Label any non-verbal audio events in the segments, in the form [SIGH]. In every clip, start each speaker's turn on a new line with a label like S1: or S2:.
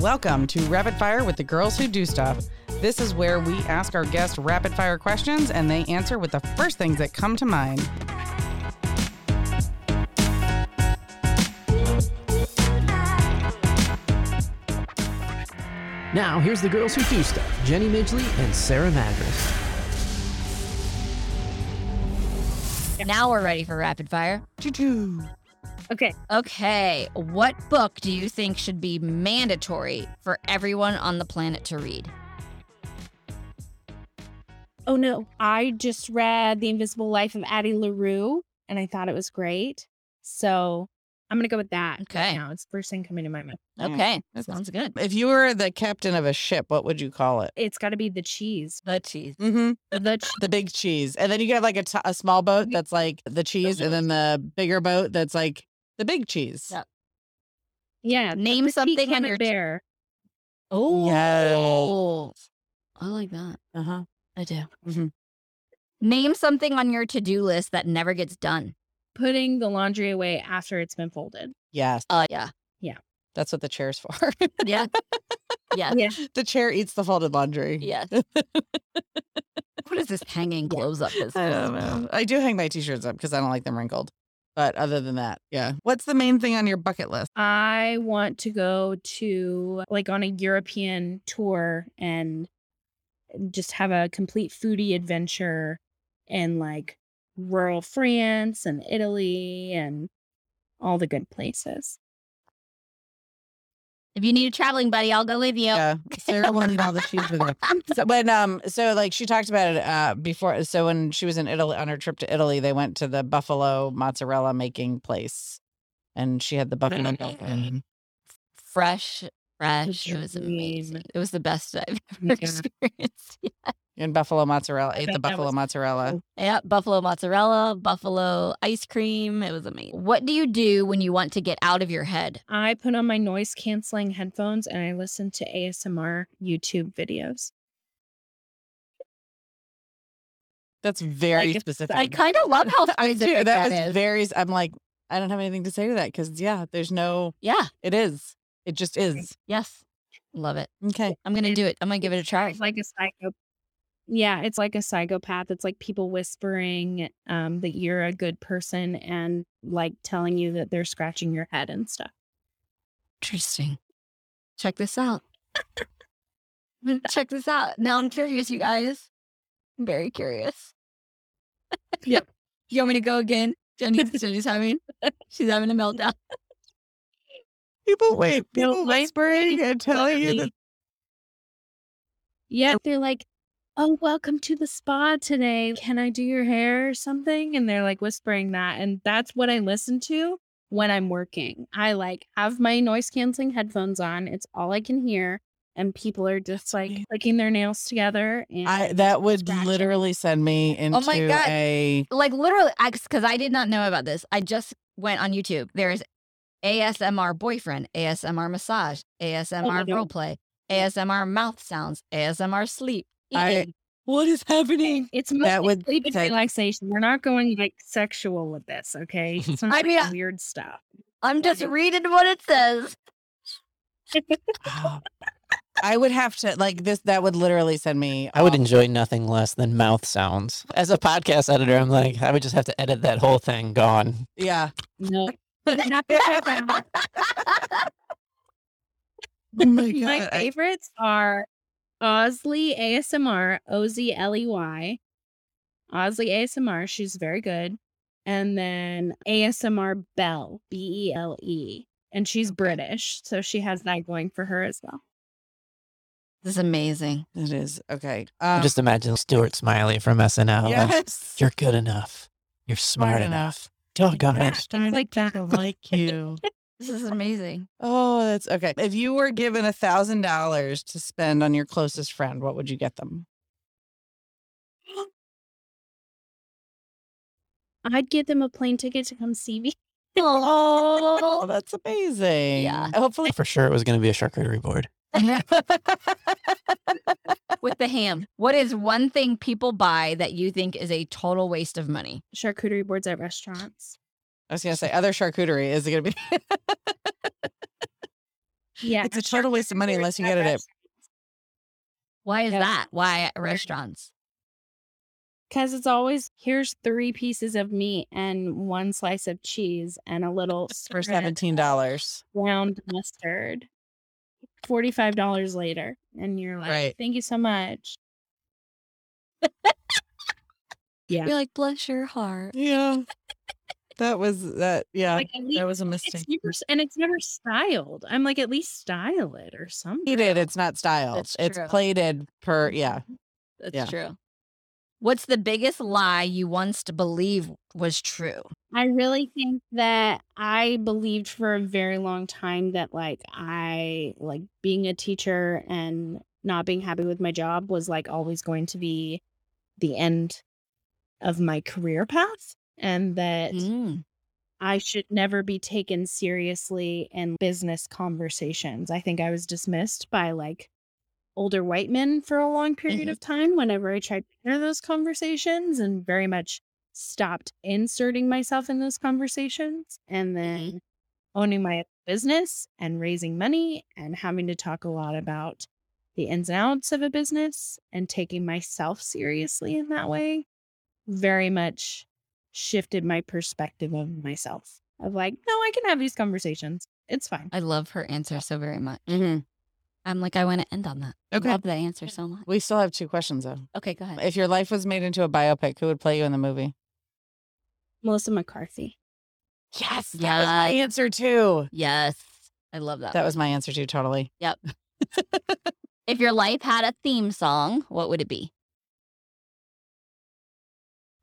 S1: Welcome to Rapid Fire with the Girls Who Do Stuff. This is where we ask our guests rapid fire questions and they answer with the first things that come to mind.
S2: Now, here's the girls who do stuff Jenny Midgley and Sarah Madras.
S3: Now we're ready for rapid fire.
S1: Choo-choo.
S4: Okay.
S3: Okay, what book do you think should be mandatory for everyone on the planet to read?
S4: Oh no, I just read The Invisible Life of Addie LaRue and I thought it was great. So I'm gonna go with that. right
S3: Okay.
S4: Now it's the first thing coming to my mind.
S1: Mm,
S3: Okay,
S1: that's-
S3: sounds good.
S1: If you were the captain of a ship, what would you call it?
S4: It's gotta be the cheese.
S3: The cheese.
S1: Mm-hmm.
S4: The ch-
S1: The big cheese. And then you could have like a, t- a small boat that's like the cheese, and then the bigger boat that's like the big cheese.
S3: Yeah.
S4: yeah.
S3: Name
S4: the
S3: something on
S4: Pecan
S3: your
S4: bear.
S3: Oh,
S1: Yes.
S3: I like that.
S1: Uh huh.
S3: I do.
S1: Mhm.
S3: Name something on your to-do list that never gets done.
S4: Putting the laundry away after it's been folded.
S1: Yes.
S3: Uh, yeah,
S1: That's what the chair's [LAUGHS] for.
S3: [LAUGHS] yeah, yeah,
S4: Yeah.
S1: the chair eats the folded laundry.
S3: yes. What is this hanging clothes up? This
S1: I don't know. I do hang my t-shirts up because I don't like them wrinkled. But other than that, yeah. What's the main thing on your bucket list?
S4: I want to go to like on a European tour and just have a complete foodie adventure in like rural France and Italy and all the good places.
S3: If you need a traveling buddy, I'll go with you.
S1: Yeah, Sarah wanted all the cheese with her. So when um, so like she talked about it uh before. So when she was in Italy on her trip to Italy, they went to the buffalo mozzarella making place, and she had the buffalo. milk and-
S3: Fresh, fresh. It was
S4: dream.
S3: amazing. It was the best [LAUGHS] I've ever
S4: Yeah.
S3: experienced. [LAUGHS]
S1: And buffalo mozzarella ate the
S4: bet that
S1: buffalo
S4: was
S1: mozzarella.
S3: Yeah, buffalo mozzarella, buffalo ice cream. It was amazing. What do you do when you want to get out of your head?
S4: I put on my noise canceling headphones and I listen to ASMR YouTube videos.
S1: That's very
S4: guess- I
S1: specific.
S3: [LAUGHS] I kind of love how
S1: I
S3: specific
S1: do. That
S3: that
S1: was
S3: is.
S1: very. s- I'm like, I don't have anything to say to that because yeah, there's no.
S3: yeah.
S1: It is. It just is.
S3: Yes. Love it.
S1: Okay.
S3: I'm gonna do it. I'm gonna give it a try.
S4: It's like a psycho. Yeah, it's like a psychopath. It's like people whispering um, that you're a good person and like telling you that they're scratching your head and stuff.
S3: Interesting. Check this out. [LAUGHS] I'm gonna Check this out. Now I'm curious, you guys. I'm very curious. [LAUGHS]
S4: Yep.
S3: You want me to go again? [LAUGHS] Jenny's, Jenny's having she's having a meltdown.
S1: People wait.
S4: No,
S1: People
S4: my-
S1: whispering and telling you that
S4: Yeah, they're like, "Oh, welcome to the spa today. Can I do your hair or something?" And they're like whispering that, and that's what I listen to when I'm working. I like have my noise canceling headphones on. It's all I can hear, and people are just like
S1: Yeah.
S4: clicking their nails together. And
S1: I that would
S4: distraction.
S1: literally send me into
S3: Oh my God.
S1: a
S3: [LAUGHS] like literally because I, did not know about this i just went on youtube there's asmr boyfriend asmr massage asmr
S4: no.
S3: role play asmr mouth sounds asmr sleep E
S1: I-
S3: eating.
S1: what is happening?
S4: it's
S1: That
S4: mostly
S1: would
S4: sleep and
S1: take-
S4: relaxation. We're not going like sexual with this, okay?
S1: [LAUGHS]
S4: It's not
S3: I mean,
S4: like,
S3: I-
S4: weird stuff.
S3: i'm just reading what it [LAUGHS] says
S1: Oh. [GASPS] I would have to like this. That would literally send me.
S2: I would
S1: off.
S2: enjoy nothing less than mouth sounds. As a podcast editor, I'm like, I would just have to edit that whole thing gone.
S1: Yeah.
S4: No,
S1: Oh my I-
S4: my favorites are Osley ASMR, O Z L E Y. Osley ASMR, she's very good. And then ASMR Bell, B E L E. And she's British, so she has that going for her as well.
S3: this is amazing
S1: it is okay.
S2: I
S1: Um,
S2: just imagine Stuart Smiley from SNL. like,
S1: yes. [LAUGHS]
S2: You're good enough. You're smart, enough. Doggone it. [LAUGHS]
S4: like that.
S1: like you.
S3: this is amazing
S1: [LAUGHS] Oh, that's okay. If you were given a thousand dollars to spend on your closest friend, what would you get them?
S4: I'd get them a plane ticket to come see me.
S1: Oh, that's amazing.
S3: Yeah.
S1: Hopefully.
S2: For sure, it was going to be a charcuterie board.
S3: [LAUGHS] with the ham what is one thing people buy that you think is a total waste of money
S4: Charcuterie boards at restaurants.
S1: I was gonna say other charcuterie is it gonna be
S4: Yeah.
S1: It's a total waste of money unless you get it at
S3: Why is
S4: Yeah.
S3: that? Why at restaurants?
S4: Because it's always here's three pieces of meat and one slice of cheese and a little
S1: for
S4: spread of
S1: seventeen dollars.
S4: ground mustard. Forty-five dollars later, and you're like,
S1: Right.
S4: "Thank you so much." Yeah.
S3: You're like, bless your heart.
S1: Yeah, that was that. Yeah,
S4: Like, at
S1: that
S4: least
S1: was a mistake.
S4: it's never, s- and it's never styled. I'm like, at least style it or something.
S1: Plated, it's not styled.
S3: That's
S1: it's Mm-hmm.
S3: true.
S1: plated per. Yeah,
S3: That's
S1: Yeah.
S3: true. What's the biggest lie you once believed was true?
S4: I really think that I believed for a very long time that like I like being a teacher and not being happy with my job was like always going to be the end of my career path and that
S3: Mm.
S4: I should never be taken seriously in business conversations. I think I was dismissed by like older white men for a long period
S3: Mhm.
S4: of time whenever I tried to enter those conversations and very much stopped inserting myself in those conversations. And then owning my business and raising money and having to talk a lot about the ins and outs of a business and taking myself seriously in that way very much shifted my perspective of myself of like no i can have these conversations it's fine
S3: I love her answer so very much.
S1: mm-hmm.
S3: I'm like, I want to end on that.
S1: Okay.
S3: I love that answer so much.
S1: we still have two questions though.
S3: Okay, go ahead.
S1: If your life was made into a biopic, who would play you in the movie?
S4: melissa mccarthy
S1: Yes, that was my
S3: Yes.
S1: answer too.
S3: Yes. I love that.
S1: That was my answer too. Totally.
S3: if your life had a theme song, what would it be?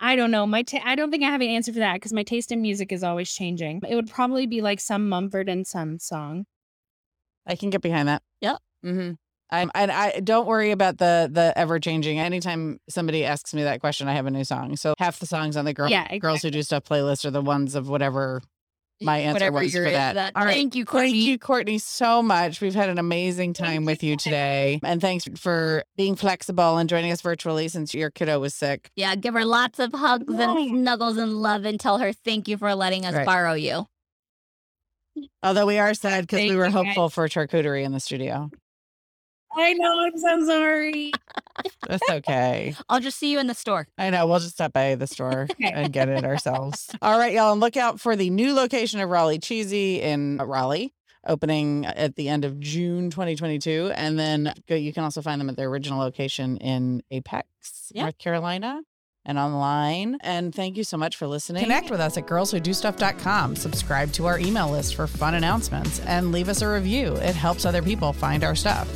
S4: i don't know my ta- i don't think i have an answer for that because my taste in music is always changing it would probably be like some mumford and son song
S1: I can get behind that.
S3: Yep.
S1: Mm-hmm. I'm, and I don't worry about the the ever changing. Anytime somebody asks me that question, I have a new song. So half the songs on the girl,
S4: Yeah,
S1: girls who do stuff playlist are the ones of whatever. My answer
S3: Whatever
S1: was
S3: you're
S1: for
S3: in-
S1: that. All right.
S3: Thank you,
S1: Thank
S3: Courtney.
S1: you, Courtney, so much. We've had an amazing
S4: Thank
S1: time
S4: you
S1: with you
S4: so much.
S1: today, and thanks for being flexible and joining us virtually since your kiddo was sick.
S3: Yeah, give her lots of hugs
S4: Yeah.
S3: and snuggles and love and tell her thank you for letting us
S1: Right.
S3: borrow you.
S1: Although we are sad because we
S4: Thank
S1: were
S4: you, guys.
S1: hopeful for charcuterie in the studio.
S4: i know i'm so sorry
S1: That's okay.
S3: I'll just see you in the store.
S1: I know. We'll just stop by the store
S4: Okay.
S1: and get [LAUGHS] it ourselves. All right, y'all. And look out for the new location of Raleigh Cheesy in uh, Raleigh, opening at the end of June 2022. And then go, you can also find them at their original location in Apex,
S3: Yeah.
S1: North Carolina. And online. And thank you so much for listening. Connect with us at girlswhodostuff.com. Subscribe to our email list for fun announcements and leave us a review. It helps other people find our stuff.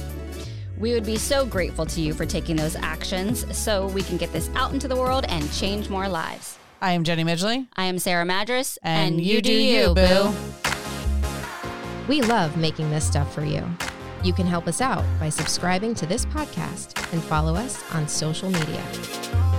S3: We would be so grateful to you for taking those actions so we can get this out into the world and change more lives.
S1: I am Jenny Midgley.
S3: I am Sarah Madras,
S1: And you do you, boo.
S5: [LAUGHS] We love making this stuff for you. You can help us out by subscribing to this podcast and follow us on social media.